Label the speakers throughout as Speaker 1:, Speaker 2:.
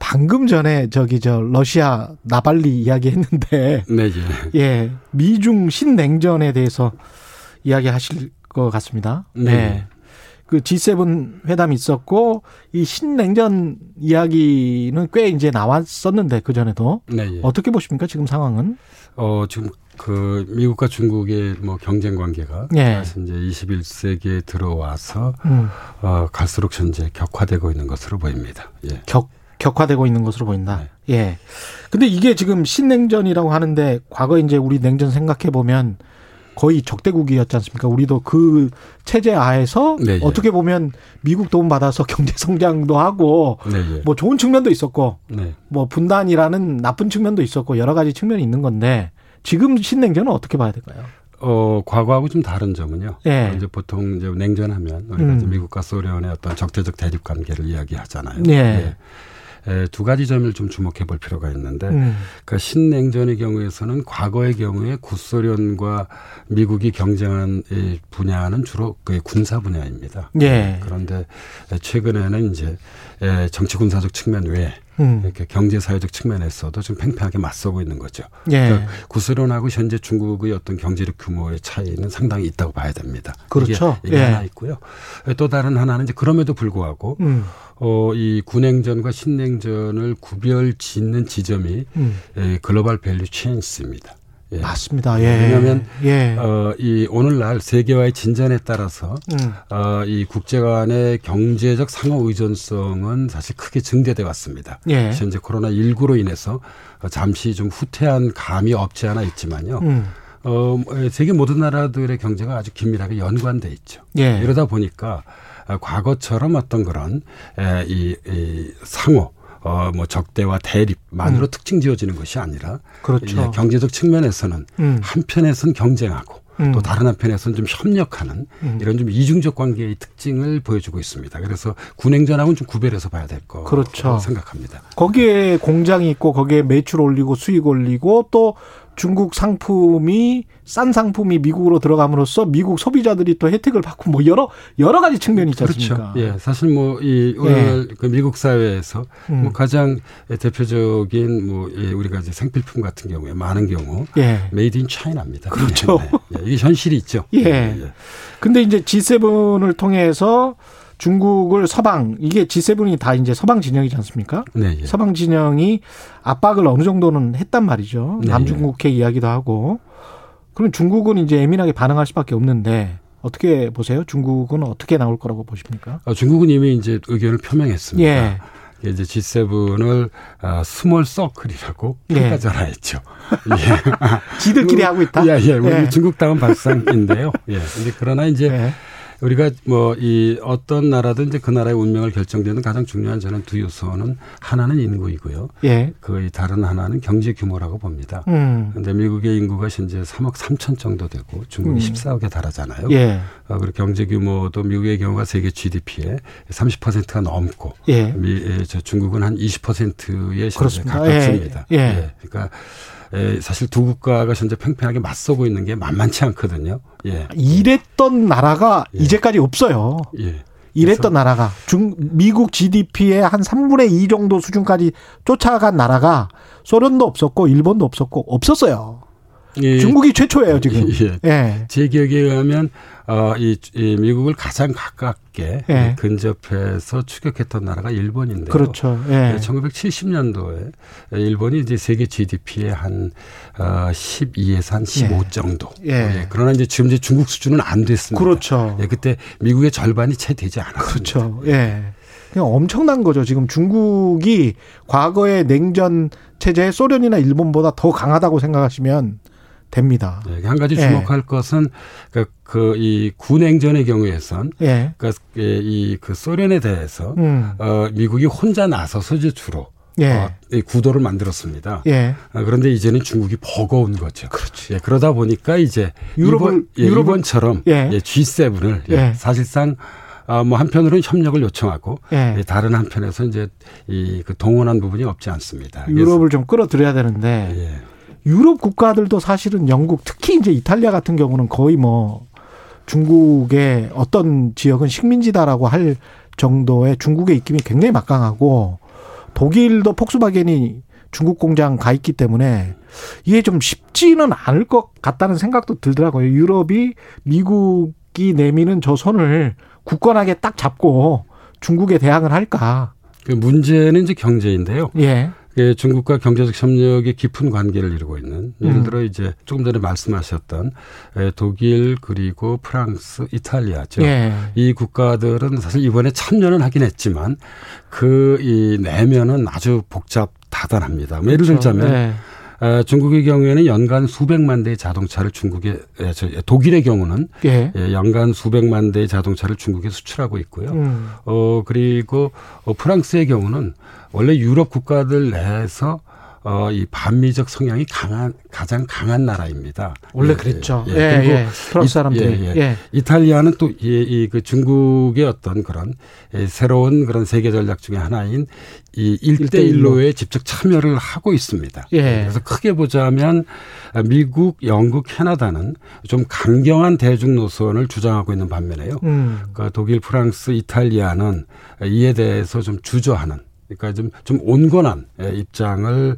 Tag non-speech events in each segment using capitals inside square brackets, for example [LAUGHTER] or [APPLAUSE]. Speaker 1: 방금 전에 저기 저 러시아 나발리 이야기 했는데,
Speaker 2: 네, 예.
Speaker 1: 예. 미중 신냉전에 대해서 이야기 하실 것 같습니다.
Speaker 2: 네.
Speaker 1: 예. 그 G7 회담이 있었고, 이 신냉전 이야기는 꽤 이제 나왔었는데, 그전에도.
Speaker 2: 네, 예.
Speaker 1: 어떻게 보십니까 지금 상황은?
Speaker 2: 어, 지금 그 미국과 중국의 뭐 경쟁 관계가
Speaker 1: 예.
Speaker 2: 사실 이제 21세기에 들어와서
Speaker 1: 음,
Speaker 2: 어, 갈수록 현재 격화되고 있는 것으로 보입니다. 예.
Speaker 1: 격 격화되고 있는 것으로 보인다. 예. 근데 이게 지금 신냉전이라고 하는데 과거 이제 우리 냉전 생각해 보면 거의 적대국이었지 않습니까? 우리도 그 체제 하에서
Speaker 2: 네, 예.
Speaker 1: 어떻게 보면 미국 도움 받아서 [LAUGHS] 경제 성장도 하고
Speaker 2: 네, 예.
Speaker 1: 뭐 좋은 측면도 있었고
Speaker 2: 네.
Speaker 1: 뭐 분단이라는 나쁜 측면도 있었고 여러 가지 측면이 있는 건데 지금 신냉전은 어떻게 봐야 될까요?
Speaker 2: 어, 과거하고 좀 다른 점은요.
Speaker 1: 예.
Speaker 2: 이제 보통 이제 냉전하면 우리가
Speaker 1: 음.
Speaker 2: 이제 미국과 소련의 어떤 적대적 대립 관계를 이야기하잖아요.
Speaker 1: 예.
Speaker 2: 예. 에, 두 가지 점을 좀 주목해 볼 필요가 있는데
Speaker 1: 음.
Speaker 2: 그러니까 신냉전의 경우에서는 과거의 경우에 구소련과 미국이 경쟁한 이 분야는 주로 그 군사 분야입니다.
Speaker 1: 예.
Speaker 2: 그런데 최근에는 이제 에, 정치 군사적 측면 외에
Speaker 1: 음.
Speaker 2: 이렇게 경제 사회적 측면에서도 좀 팽팽하게 맞서고 있는 거죠.
Speaker 1: 예.
Speaker 2: 그러니까 구소련하고 현재 중국의 어떤 경제력 규모의 차이는 상당히 있다고 봐야 됩니다.
Speaker 1: 그렇죠.
Speaker 2: 이게, 이게
Speaker 1: 예.
Speaker 2: 하나 있고요. 또 다른 하나는 이제 그럼에도 불구하고
Speaker 1: 음.
Speaker 2: 어, 이 군행전과 신냉전을 구별 짓는 지점이
Speaker 1: 음.
Speaker 2: 예, 글로벌 밸류 체인스입니다. 예.
Speaker 1: 맞습니다. 예.
Speaker 2: 왜냐면,
Speaker 1: 예.
Speaker 2: 어, 이 오늘날 세계화의 진전에 따라서
Speaker 1: 음.
Speaker 2: 어, 이 국제 간의 경제적 상호 의존성은 사실 크게 증대돼 왔습니다.
Speaker 1: 예.
Speaker 2: 현재 코로나 19로 인해서 어, 잠시 좀 후퇴한 감이 없지 않아 있지만요.
Speaker 1: 음.
Speaker 2: 어, 세계 모든 나라들의 경제가 아주 긴밀하게 연관돼 있죠.
Speaker 1: 예.
Speaker 2: 이러다 보니까 아, 과거처럼 어떤 그런 에, 이, 이 상호 어, 뭐 적대와 대립만으로 특징 지어지는 것이 아니라
Speaker 1: 음. 그렇죠.
Speaker 2: 예, 경제적 측면에서는
Speaker 1: 음.
Speaker 2: 한편에선 경쟁하고
Speaker 1: 음.
Speaker 2: 또 다른 한편에서는 좀 협력하는
Speaker 1: 음.
Speaker 2: 이런 좀 이중적 관계의 특징을 보여주고 있습니다. 그래서 군행전하고는 좀 구별해서 봐야 될 거
Speaker 1: 그렇죠.
Speaker 2: 생각합니다.
Speaker 1: 거기에 공장이 있고 거기에 매출 올리고 수익 올리고 또 중국 상품이 싼 상품이 미국으로 들어감으로써 미국 소비자들이 또 혜택을 받고 뭐 여러 여러 가지 측면이 있지 않습니까?
Speaker 2: 예, 사실 뭐 이 오늘 그 미국 사회에서
Speaker 1: 네. 음.
Speaker 2: 뭐 가장 대표적인 뭐 예, 우리가 이제 생필품 같은 경우에 많은 경우
Speaker 1: 예.
Speaker 2: 메이드 인 차이나입니다.
Speaker 1: 그렇죠.
Speaker 2: 예, 예. 이게 현실이 있죠.
Speaker 1: 예. 근데 이제 G7을 통해서 중국을 서방 이게 G7이 다 이제 서방 진영이지 않습니까?
Speaker 2: 네, 예.
Speaker 1: 서방 진영이 압박을 어느 정도는 했단 말이죠.
Speaker 2: 네,
Speaker 1: 남중국해 이야기도 하고. 그럼 중국은 이제 예민하게 반응할 수밖에 없는데 어떻게 보세요? 중국은 어떻게 나올 거라고 보십니까?
Speaker 2: 어, 중국은 이미 이제 의견을 표명했습니다.
Speaker 1: 예.
Speaker 2: 이게 이제 G7을 아, 스몰 서클이라고
Speaker 1: 예. [LAUGHS]
Speaker 2: 평가전화했죠. 예.
Speaker 1: 지들끼리 하고 있다.
Speaker 2: 예, 예. 우리
Speaker 1: 예.
Speaker 2: 중국 당은 발상인데요. 예. 근데 그러나 이제
Speaker 1: 예.
Speaker 2: 우리가 뭐 이 어떤 나라든 이제 그 나라의 운명을 결정되는 가장 중요한 저는 두 요소는 하나는 인구이고요.
Speaker 1: 예.
Speaker 2: 그 다른 하나는 경제 규모라고 봅니다.
Speaker 1: 음.
Speaker 2: 근데 미국의 인구가 현재 3억 3천 정도 되고 중국이 14억에 달하잖아요.
Speaker 1: 예.
Speaker 2: 어, 그리고 경제 규모도 미국의 경우가 세계 GDP의 30%가 넘고
Speaker 1: 예.
Speaker 2: 미, 에, 저 중국은 한 20%에 현재
Speaker 1: 그렇습니다.
Speaker 2: 가깝습니다.
Speaker 1: 예, 예.
Speaker 2: 그러니까 에, 사실 두 국가가 현재 팽팽하게 맞서고 있는 게 만만치 않거든요. 예.
Speaker 1: 이랬던 나라가
Speaker 2: 예.
Speaker 1: 이제까지 없어요.
Speaker 2: 예.
Speaker 1: 이랬던 나라가 중 미국 GDP의 한 3분의 2 정도 수준까지 쫓아간 나라가 소련도 없었고 일본도 없었고 없었어요.
Speaker 2: 이-
Speaker 1: 중국이 최초예요 지금.
Speaker 2: 예.
Speaker 1: 예.
Speaker 2: 제 기억에 의하면 어, 이, 이 미국을 가장 가깝게
Speaker 1: 예.
Speaker 2: 근접해서 추격했던 나라가 일본인데요.
Speaker 1: 그렇죠.
Speaker 2: 예,
Speaker 1: 예.
Speaker 2: 1970년도에 일본이 이제 세계 GDP의 한 어, 12에서 한 15 정도.
Speaker 1: 예.
Speaker 2: 그러나 이제 지금 이제 중국 수준은 안 됐습니다.
Speaker 1: 그렇죠.
Speaker 2: 예, 그때 미국의 절반이 채 되지 않았습니다.
Speaker 1: 그렇죠. 예. 그냥 엄청난 거죠. 지금 중국이 과거의 냉전 체제에 소련이나 일본보다 더 강하다고 생각하시면 됩니다.
Speaker 2: 예, 한 가지
Speaker 1: 예.
Speaker 2: 주목할 것은 그이 군행전의 경우에선 그,
Speaker 1: 예.
Speaker 2: 그이그 소련에 대해서
Speaker 1: 음.
Speaker 2: 어, 미국이 혼자 나서서 이제 주로
Speaker 1: 예.
Speaker 2: 어, 이 구도를 만들었습니다.
Speaker 1: 예.
Speaker 2: 아, 그런데 이제는 중국이 버거운 거죠.
Speaker 1: 그렇지.
Speaker 2: 예, 그러다 보니까 이제
Speaker 1: 유럽을-
Speaker 2: 일본, 예,
Speaker 1: 유럽을-
Speaker 2: 일본처럼
Speaker 1: 예.
Speaker 2: 예, G7을
Speaker 1: 예.
Speaker 2: 사실상 아, 뭐 한편으로는 협력을 요청하고
Speaker 1: 예.
Speaker 2: 예, 다른 한편에서 이제 이그 동원한 부분이 없지 않습니다. 그래서-
Speaker 1: 유럽을 좀 끌어들여야 되는데
Speaker 2: 예.
Speaker 1: 유럽 국가들도 사실은 영국 특히 이제 이탈리아 같은 경우는 거의 뭐 중국의 어떤 지역은 식민지다라고 할 정도의 중국의 입김이 굉장히 막강하고 독일도 폭스바겐이 중국 공장 가 있기 때문에 이게 좀 쉽지는 않을 것 같다는 생각도 들더라고요. 유럽이 미국이 내미는 저 손을 굳건하게 딱 잡고 중국에 대항을 할까?
Speaker 2: 그 문제는 이제 경제인데요.
Speaker 1: 예,
Speaker 2: 예, 중국과 경제적 협력의 깊은 관계를 이루고 있는 예를
Speaker 1: 음.
Speaker 2: 들어 이제 조금 전에 말씀하셨던 예, 독일 그리고 프랑스, 이탈리아죠.
Speaker 1: 예,
Speaker 2: 이 국가들은 사실 이번에 참여는 하긴 했지만 그 이 내면은 아주 복잡 다단합니다. 뭐 예를 들자면
Speaker 1: 네.
Speaker 2: 어, 중국의 경우에는 연간 수백만 대의 자동차를 중국에 예, 저, 예, 독일의 경우는
Speaker 1: 예,
Speaker 2: 예, 연간 수백만 대의 자동차를 중국에 수출하고 있고요.
Speaker 1: 음.
Speaker 2: 어 그리고 어, 프랑스의 경우는 원래 유럽 국가들 내에서 어 이 반미적 성향이 강한 가장 강한 나라입니다.
Speaker 1: 원래
Speaker 2: 예,
Speaker 1: 그랬죠.
Speaker 2: 예,
Speaker 1: 예,
Speaker 2: 예. 그리고
Speaker 1: 예. 프랑스
Speaker 2: 이-
Speaker 1: 사람들이.
Speaker 2: 예,
Speaker 1: 예,
Speaker 2: 예. 이탈리아는 또 이 그 중국의 어떤 그런 예, 새로운 그런 세계 전략 중에 하나인 이
Speaker 1: 일대일로.
Speaker 2: 1대1로에 직접 참여를 하고 있습니다.
Speaker 1: 예.
Speaker 2: 그래서 크게 보자면 아, 미국, 영국, 캐나다는 좀 강경한 대중 노선을 주장하고 있는 반면에요.
Speaker 1: 음.
Speaker 2: 그러니까 독일, 프랑스, 이탈리아는 이에 대해서 좀 주저하는 그러니까 좀 좀 온건한 예, 입장을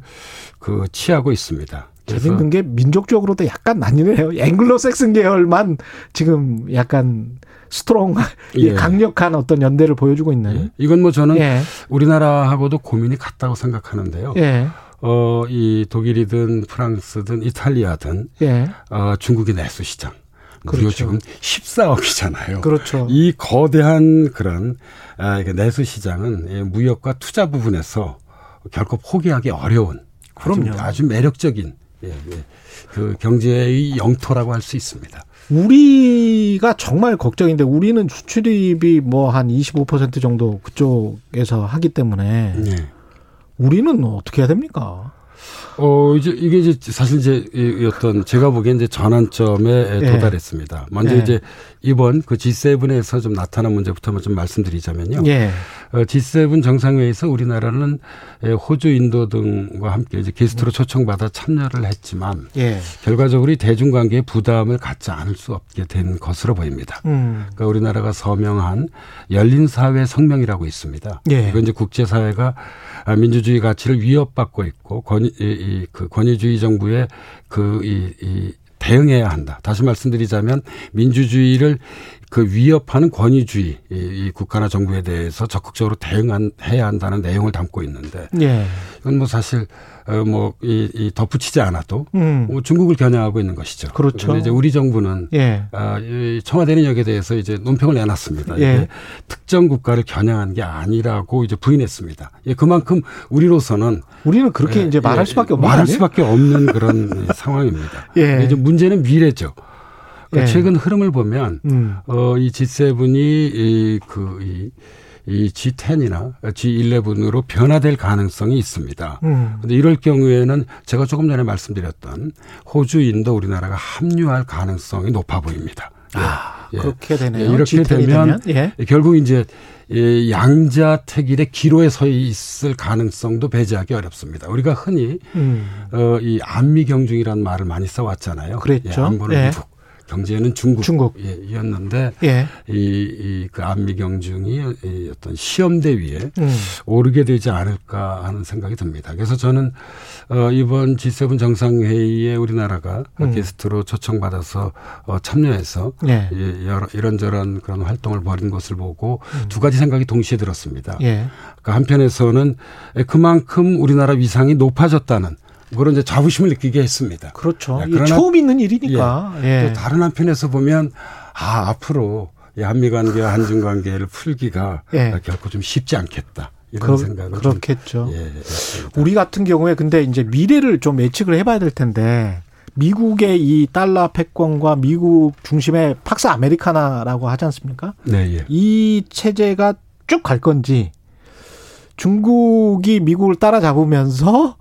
Speaker 2: 그 취하고 있습니다. 그래서
Speaker 1: 재밌는 게 민족적으로도 약간 나뉘네요. 앵글로색슨 계열만 지금 약간 스트롱, 예.
Speaker 2: 예.
Speaker 1: 강력한 어떤 연대를 보여주고 있는.
Speaker 2: 예, 이건 뭐 저는
Speaker 1: 예,
Speaker 2: 우리나라하고도 고민이 같다고 생각하는데요.
Speaker 1: 예,
Speaker 2: 어, 이 독일이든 프랑스든 이탈리아든
Speaker 1: 예.
Speaker 2: 어, 중국의 내수 시장. 그리고
Speaker 1: 그렇죠.
Speaker 2: 지금 14억이잖아요.
Speaker 1: 그렇죠.
Speaker 2: 이 거대한 그런 아, 그 내수 시장은 예, 무역과 투자 부분에서 결코 포기하기 어려운 아주-
Speaker 1: 그럼요.
Speaker 2: 아주, 매력적인 예, 예. 그 경제의 영토라고 할 수 있습니다.
Speaker 1: 우리가 정말 걱정인데 우리는 수출입이 뭐 한 25% 정도 그쪽에서 하기 때문에
Speaker 2: 예.
Speaker 1: 우리는 어떻게 해야 됩니까?
Speaker 2: 어 이제 이게 이제 사실 이제 이 어떤 제가 보기엔 이제 전환점에
Speaker 1: 예.
Speaker 2: 도달했습니다. 먼저
Speaker 1: 예.
Speaker 2: 이제 이번 그 G7에서 좀 나타난 문제부터 한번 좀 말씀드리자면요.
Speaker 1: 예,
Speaker 2: 어, G7 정상회의에서 우리나라는 예, 호주, 인도 등과 함께 이제 게스트로 초청받아 참여를 했지만
Speaker 1: 예,
Speaker 2: 결과적으로 이 대중관계에 부담을 갖지 않을 수 없게 된 것으로 보입니다.
Speaker 1: 음,
Speaker 2: 그러니까 우리나라가 서명한 열린 사회 성명이라고 있습니다.
Speaker 1: 예.
Speaker 2: 이건 이제 국제 사회가 민주주의 가치를 위협받고 있고 권위 이, 이, 그 권위주의 정부의 그이 이 대응해야 한다. 다시 말씀드리자면 민주주의를 그 위협하는 권위주의 이, 이 국가나 정부에 대해서 적극적으로 대응해야 한다는 내용을 담고 있는데
Speaker 1: 예,
Speaker 2: 이건 뭐 사실 뭐이 이 덧붙이지 않아도
Speaker 1: 음,
Speaker 2: 뭐 중국을 겨냥하고 있는 것이죠.
Speaker 1: 그렇죠.
Speaker 2: 근데 이제 우리 정부는
Speaker 1: 예,
Speaker 2: 아, 이 청와대는 여기에 대해서 이제 논평을 내놨습니다.
Speaker 1: 예.
Speaker 2: 이게 특정 국가를 겨냥한 게 아니라고 이제 부인했습니다. 예, 그만큼 우리로서는
Speaker 1: 우리는 그렇게
Speaker 2: 예,
Speaker 1: 이제 말할
Speaker 2: 예,
Speaker 1: 수밖에 없는
Speaker 2: 말할
Speaker 1: 거 그러니까 뭐 아니에요?
Speaker 2: 수밖에 없는 그런 [LAUGHS] 예, 상황입니다.
Speaker 1: 예.
Speaker 2: 근데 이제 문제는 미래죠. 그러니까
Speaker 1: 예.
Speaker 2: 최근 흐름을 보면
Speaker 1: 음,
Speaker 2: 어, 이 G7이 이, 그, 이, 이 G10이나 G11으로 변화될 가능성이 있습니다.
Speaker 1: 음.
Speaker 2: 근데 이럴 경우에는 제가 조금 전에 말씀드렸던 호주, 인도, 우리나라가 합류할 가능성이 높아 보입니다. 예. 예.
Speaker 1: 그렇게 되네요.
Speaker 2: 예, 이렇게
Speaker 1: G10이
Speaker 2: 되면,
Speaker 1: 예.
Speaker 2: 결국 이제 이 양자 택일의 기로에 서 있을 가능성도 배제하기 어렵습니다. 우리가 흔히
Speaker 1: 음.
Speaker 2: 어, 이 안미 경중이라는 말을 많이 써왔잖아요.
Speaker 1: 그랬죠.
Speaker 2: 예, 안보는
Speaker 1: 예.
Speaker 2: 미국, 경제는 중국,
Speaker 1: 중국.
Speaker 2: 예, 이었는데
Speaker 1: 예.
Speaker 2: 이그 안미 경중이 이 어떤 시험대 위에
Speaker 1: 음.
Speaker 2: 오르게 되지 않을까 하는 생각이 듭니다. 그래서 저는 어, 이번 G7 정상회의에 우리나라가
Speaker 1: 음.
Speaker 2: 게스트로 초청받아서 어, 참여해서
Speaker 1: 예.
Speaker 2: 예, 여러- 이런저런 그런 활동을 벌인 것을 보고 두 가지 생각이 동시에 들었습니다.
Speaker 1: 음. 예.
Speaker 2: 그러니까 한편에서는 그만큼 우리나라 위상이 높아졌다는 그런 이제 자부심을 느끼게 했습니다. 야,
Speaker 1: 그렇죠. 이게
Speaker 2: 그러나-
Speaker 1: 처음 있는 일이니까. 예.
Speaker 2: 또 다른 한편에서 보면 아 앞으로 이 한미 관계와 한중 관계를 풀기가
Speaker 1: 예.
Speaker 2: 결코 좀 쉽지 않겠다 이런 생각을
Speaker 1: 그,
Speaker 2: 좀-
Speaker 1: 렇겠죠
Speaker 2: 예, 했습니다.
Speaker 1: 우리 같은 경우에 근데 이제 미래를 좀 예측을 해봐야 될 텐데 미국의 이 달러 패권과 미국 중심의 팍스 아메리카나라고 하지 않습니까?
Speaker 2: 네, 예.
Speaker 1: 이 체제가 쭉 갈 건지 중국이 미국을 따라잡으면서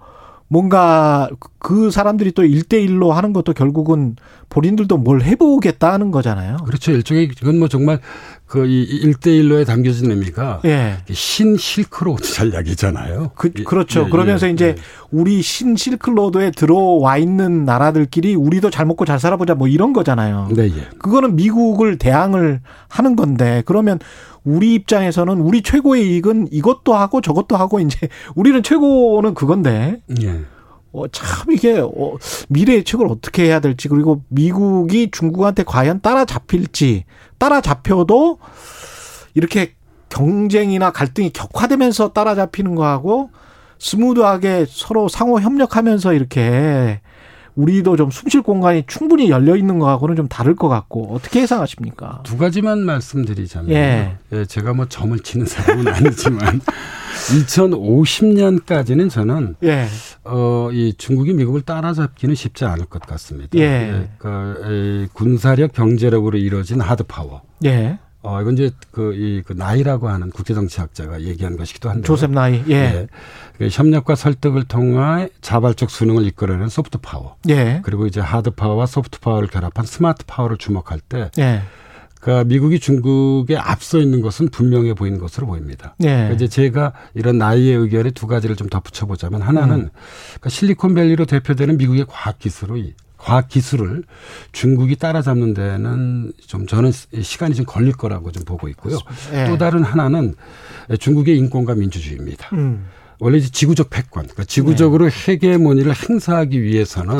Speaker 1: 뭔가 그 사람들이 또일대일로 하는 것도 결국은 본인들도 뭘 해보겠다 하는 거잖아요.
Speaker 2: 그렇죠. 일종의 이건 뭐 정말 그이 일대일로에 담겨진 의미가
Speaker 1: 예.
Speaker 2: 신 실크로드 [LAUGHS] 전략이잖아요.
Speaker 1: 그,
Speaker 2: 예,
Speaker 1: 그렇죠.
Speaker 2: 예,
Speaker 1: 그러면서
Speaker 2: 예,
Speaker 1: 이제
Speaker 2: 예.
Speaker 1: 우리 신 실크로드에 들어와 있는 나라들끼리 우리도 잘 먹고 잘 살아보자 뭐 이런 거잖아요.
Speaker 2: 네, 예.
Speaker 1: 그거는 미국을 대항을 하는 건데 그러면 우리 입장에서는 우리 최고의 이익은 이것도 하고 저것도 하고 이제 우리는 최고는 그건데
Speaker 2: 예.
Speaker 1: 어, 참 이게 어, 미래의 책을 어떻게 해야 될지 그리고 미국이 중국한테 과연 따라잡힐지 따라잡혀도 이렇게 경쟁이나 갈등이 격화되면서 따라잡히는 거하고 스무드하게 서로 상호 협력하면서 이렇게 우리도 좀 숨 쉴 공간이 충분히 열려 있는 거하고는 좀 다를 것 같고 어떻게 예상하십니까?
Speaker 2: 두 가지만 말씀드리자면
Speaker 1: 예.
Speaker 2: 예. 제가 뭐 점을 치는 사람은 [LAUGHS] 아니지만 2050년까지는 저는
Speaker 1: 예,
Speaker 2: 어, 이 중국이 미국을 따라잡기는 쉽지 않을 것 같습니다.
Speaker 1: 예.
Speaker 2: 그러니까 이 군사력, 경제력으로 이루어진 하드 파워.
Speaker 1: 예,
Speaker 2: 어, 이건 이제 그, 이, 그 나이라고 하는 국제정치학자가 얘기한 것이기도 한데.
Speaker 1: 조셉 나이, 예,
Speaker 2: 예. 그 협력과 설득을 통해 자발적 수능을 이끌어내는 소프트 파워.
Speaker 1: 예,
Speaker 2: 그리고 이제 하드 파워와 소프트 파워를 결합한 스마트 파워를 주목할 때,
Speaker 1: 예,
Speaker 2: 그러니까 미국이 중국에 앞서 있는 것은 분명해 보이는 것으로 보입니다.
Speaker 1: 예,
Speaker 2: 그러니까 이제 제가 이런 나이의 의견에 두 가지를 좀 덧붙여보자면 하나는 그러니까 실리콘밸리로 대표되는 미국의 과학 기술의 과학 기술을 중국이 따라잡는 데는 좀 저는 시- 시간이 좀 걸릴 거라고 좀 보고 있고요.
Speaker 1: 예.
Speaker 2: 또 다른 하나는 중국의 인권과 민주주의입니다.
Speaker 1: 음,
Speaker 2: 원래 이제 지구적 패권, 그러니까 지구적으로
Speaker 1: 네.
Speaker 2: 헤게모니를 행사하기 위해서는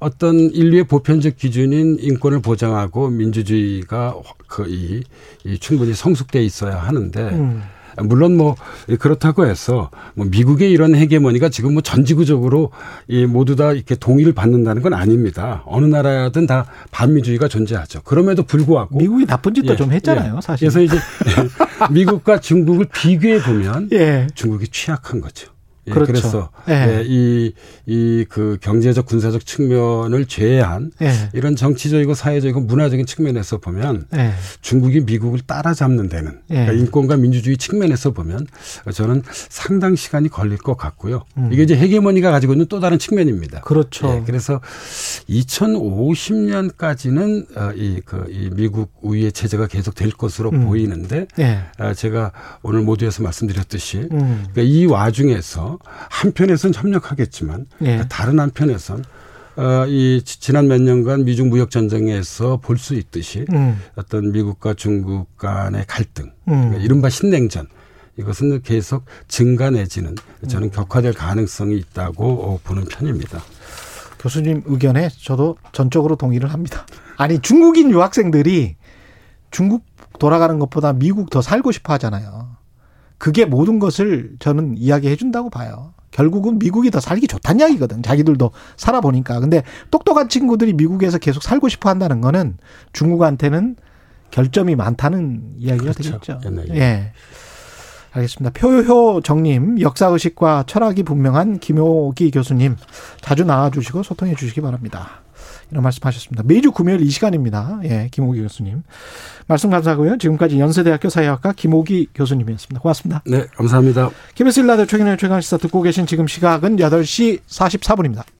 Speaker 2: 어떤 인류의 보편적 기준인 인권을 보장하고 민주주의가 그이 이 충분히 성숙돼 있어야 하는데
Speaker 1: 음.
Speaker 2: 물론 뭐 그렇다고 해서 뭐 미국의 이런 헤게모니가 지금 뭐 전지구적으로 이 모두 다 이렇게 동의를 받는다는 건 아닙니다. 어느 나라든 다 반민주의가 존재하죠. 그럼에도 불구하고
Speaker 1: 미국이 나쁜 짓도
Speaker 2: 예,
Speaker 1: 그러니까 좀 했잖아요,
Speaker 2: 예.
Speaker 1: 사실.
Speaker 2: 그래서
Speaker 1: [LAUGHS]
Speaker 2: 이제 미국과 중국을 비교해 보면
Speaker 1: 예,
Speaker 2: 중국이 취약한 거죠. 예,
Speaker 1: 그렇죠.
Speaker 2: 래서
Speaker 1: 예.
Speaker 2: 이이 그 경제적 군사적 측면을 제외한
Speaker 1: 예.
Speaker 2: 이런 정치적이고 사회적이고 문화적인 측면에서 보면
Speaker 1: 예.
Speaker 2: 중국이 미국을 따라잡는 데는
Speaker 1: 예.
Speaker 2: 그러니까 인권과 민주주의 측면에서 보면 저는 상당 시간이 걸릴 것 같고요. 이게 이제 헤게모니가 가지고 있는 또 다른 측면입니다.
Speaker 1: 음. 그렇죠.
Speaker 2: 예, 그래서 2050년까지는 이 그 이 미국 우위의 체제가 계속 될 것으로
Speaker 1: 음.
Speaker 2: 보이는데
Speaker 1: 예.
Speaker 2: 아, 제가 오늘 모두에서 말씀드렸듯이
Speaker 1: 음.
Speaker 2: 그러니까 이 와중에서 한편에선 협력하겠지만
Speaker 1: 예.
Speaker 2: 그러니까 다른 한편에선 어, 이 지- 지난 몇 년간 미중 무역 전쟁에서 볼 수 있듯이
Speaker 1: 음.
Speaker 2: 어떤 미국과 중국 간의 갈등,
Speaker 1: 음.
Speaker 2: 그러니까 이른바 신냉전 이것은 계속 증가 내지는 저는
Speaker 1: 음.
Speaker 2: 격화될 가능성이 있다고 어, 보는 편입니다.
Speaker 1: 교수님 의견에 저도 전적으로 동의를 합니다. 아니 중국인 유학생들이 중국 돌아가는 것보다 미국 더 살고 싶어 하잖아요. 그게 모든 것을 저는 이야기해 준다고 봐요. 결국은 미국이 더 살기 좋다는 이야기거든. 자기들도 살아보니까. 근데 똑똑한 친구들이 미국에서 계속 살고 싶어 한다는 거는 중국한테는 결점이 많다는 이야기가
Speaker 2: 그렇죠.
Speaker 1: 되겠죠.
Speaker 2: 옛날 얘기.
Speaker 1: 예. 알겠습니다. 표효 정님, 역사의식과 철학이 분명한 김효기 교수님, 자주 나와주시고 소통해 주시기 바랍니다. 이런 말씀 하셨습니다. 매주 금요일 이 시간입니다. 예, 김호기 교수님. 말씀 감사하고요. 지금까지 연세대학교 사회학과 김호기 교수님이었습니다. 고맙습니다.
Speaker 2: 네, 감사합니다.
Speaker 1: KBS 일라드 최근의 최강시사 듣고 계신 지금 시각은 8시 44분입니다.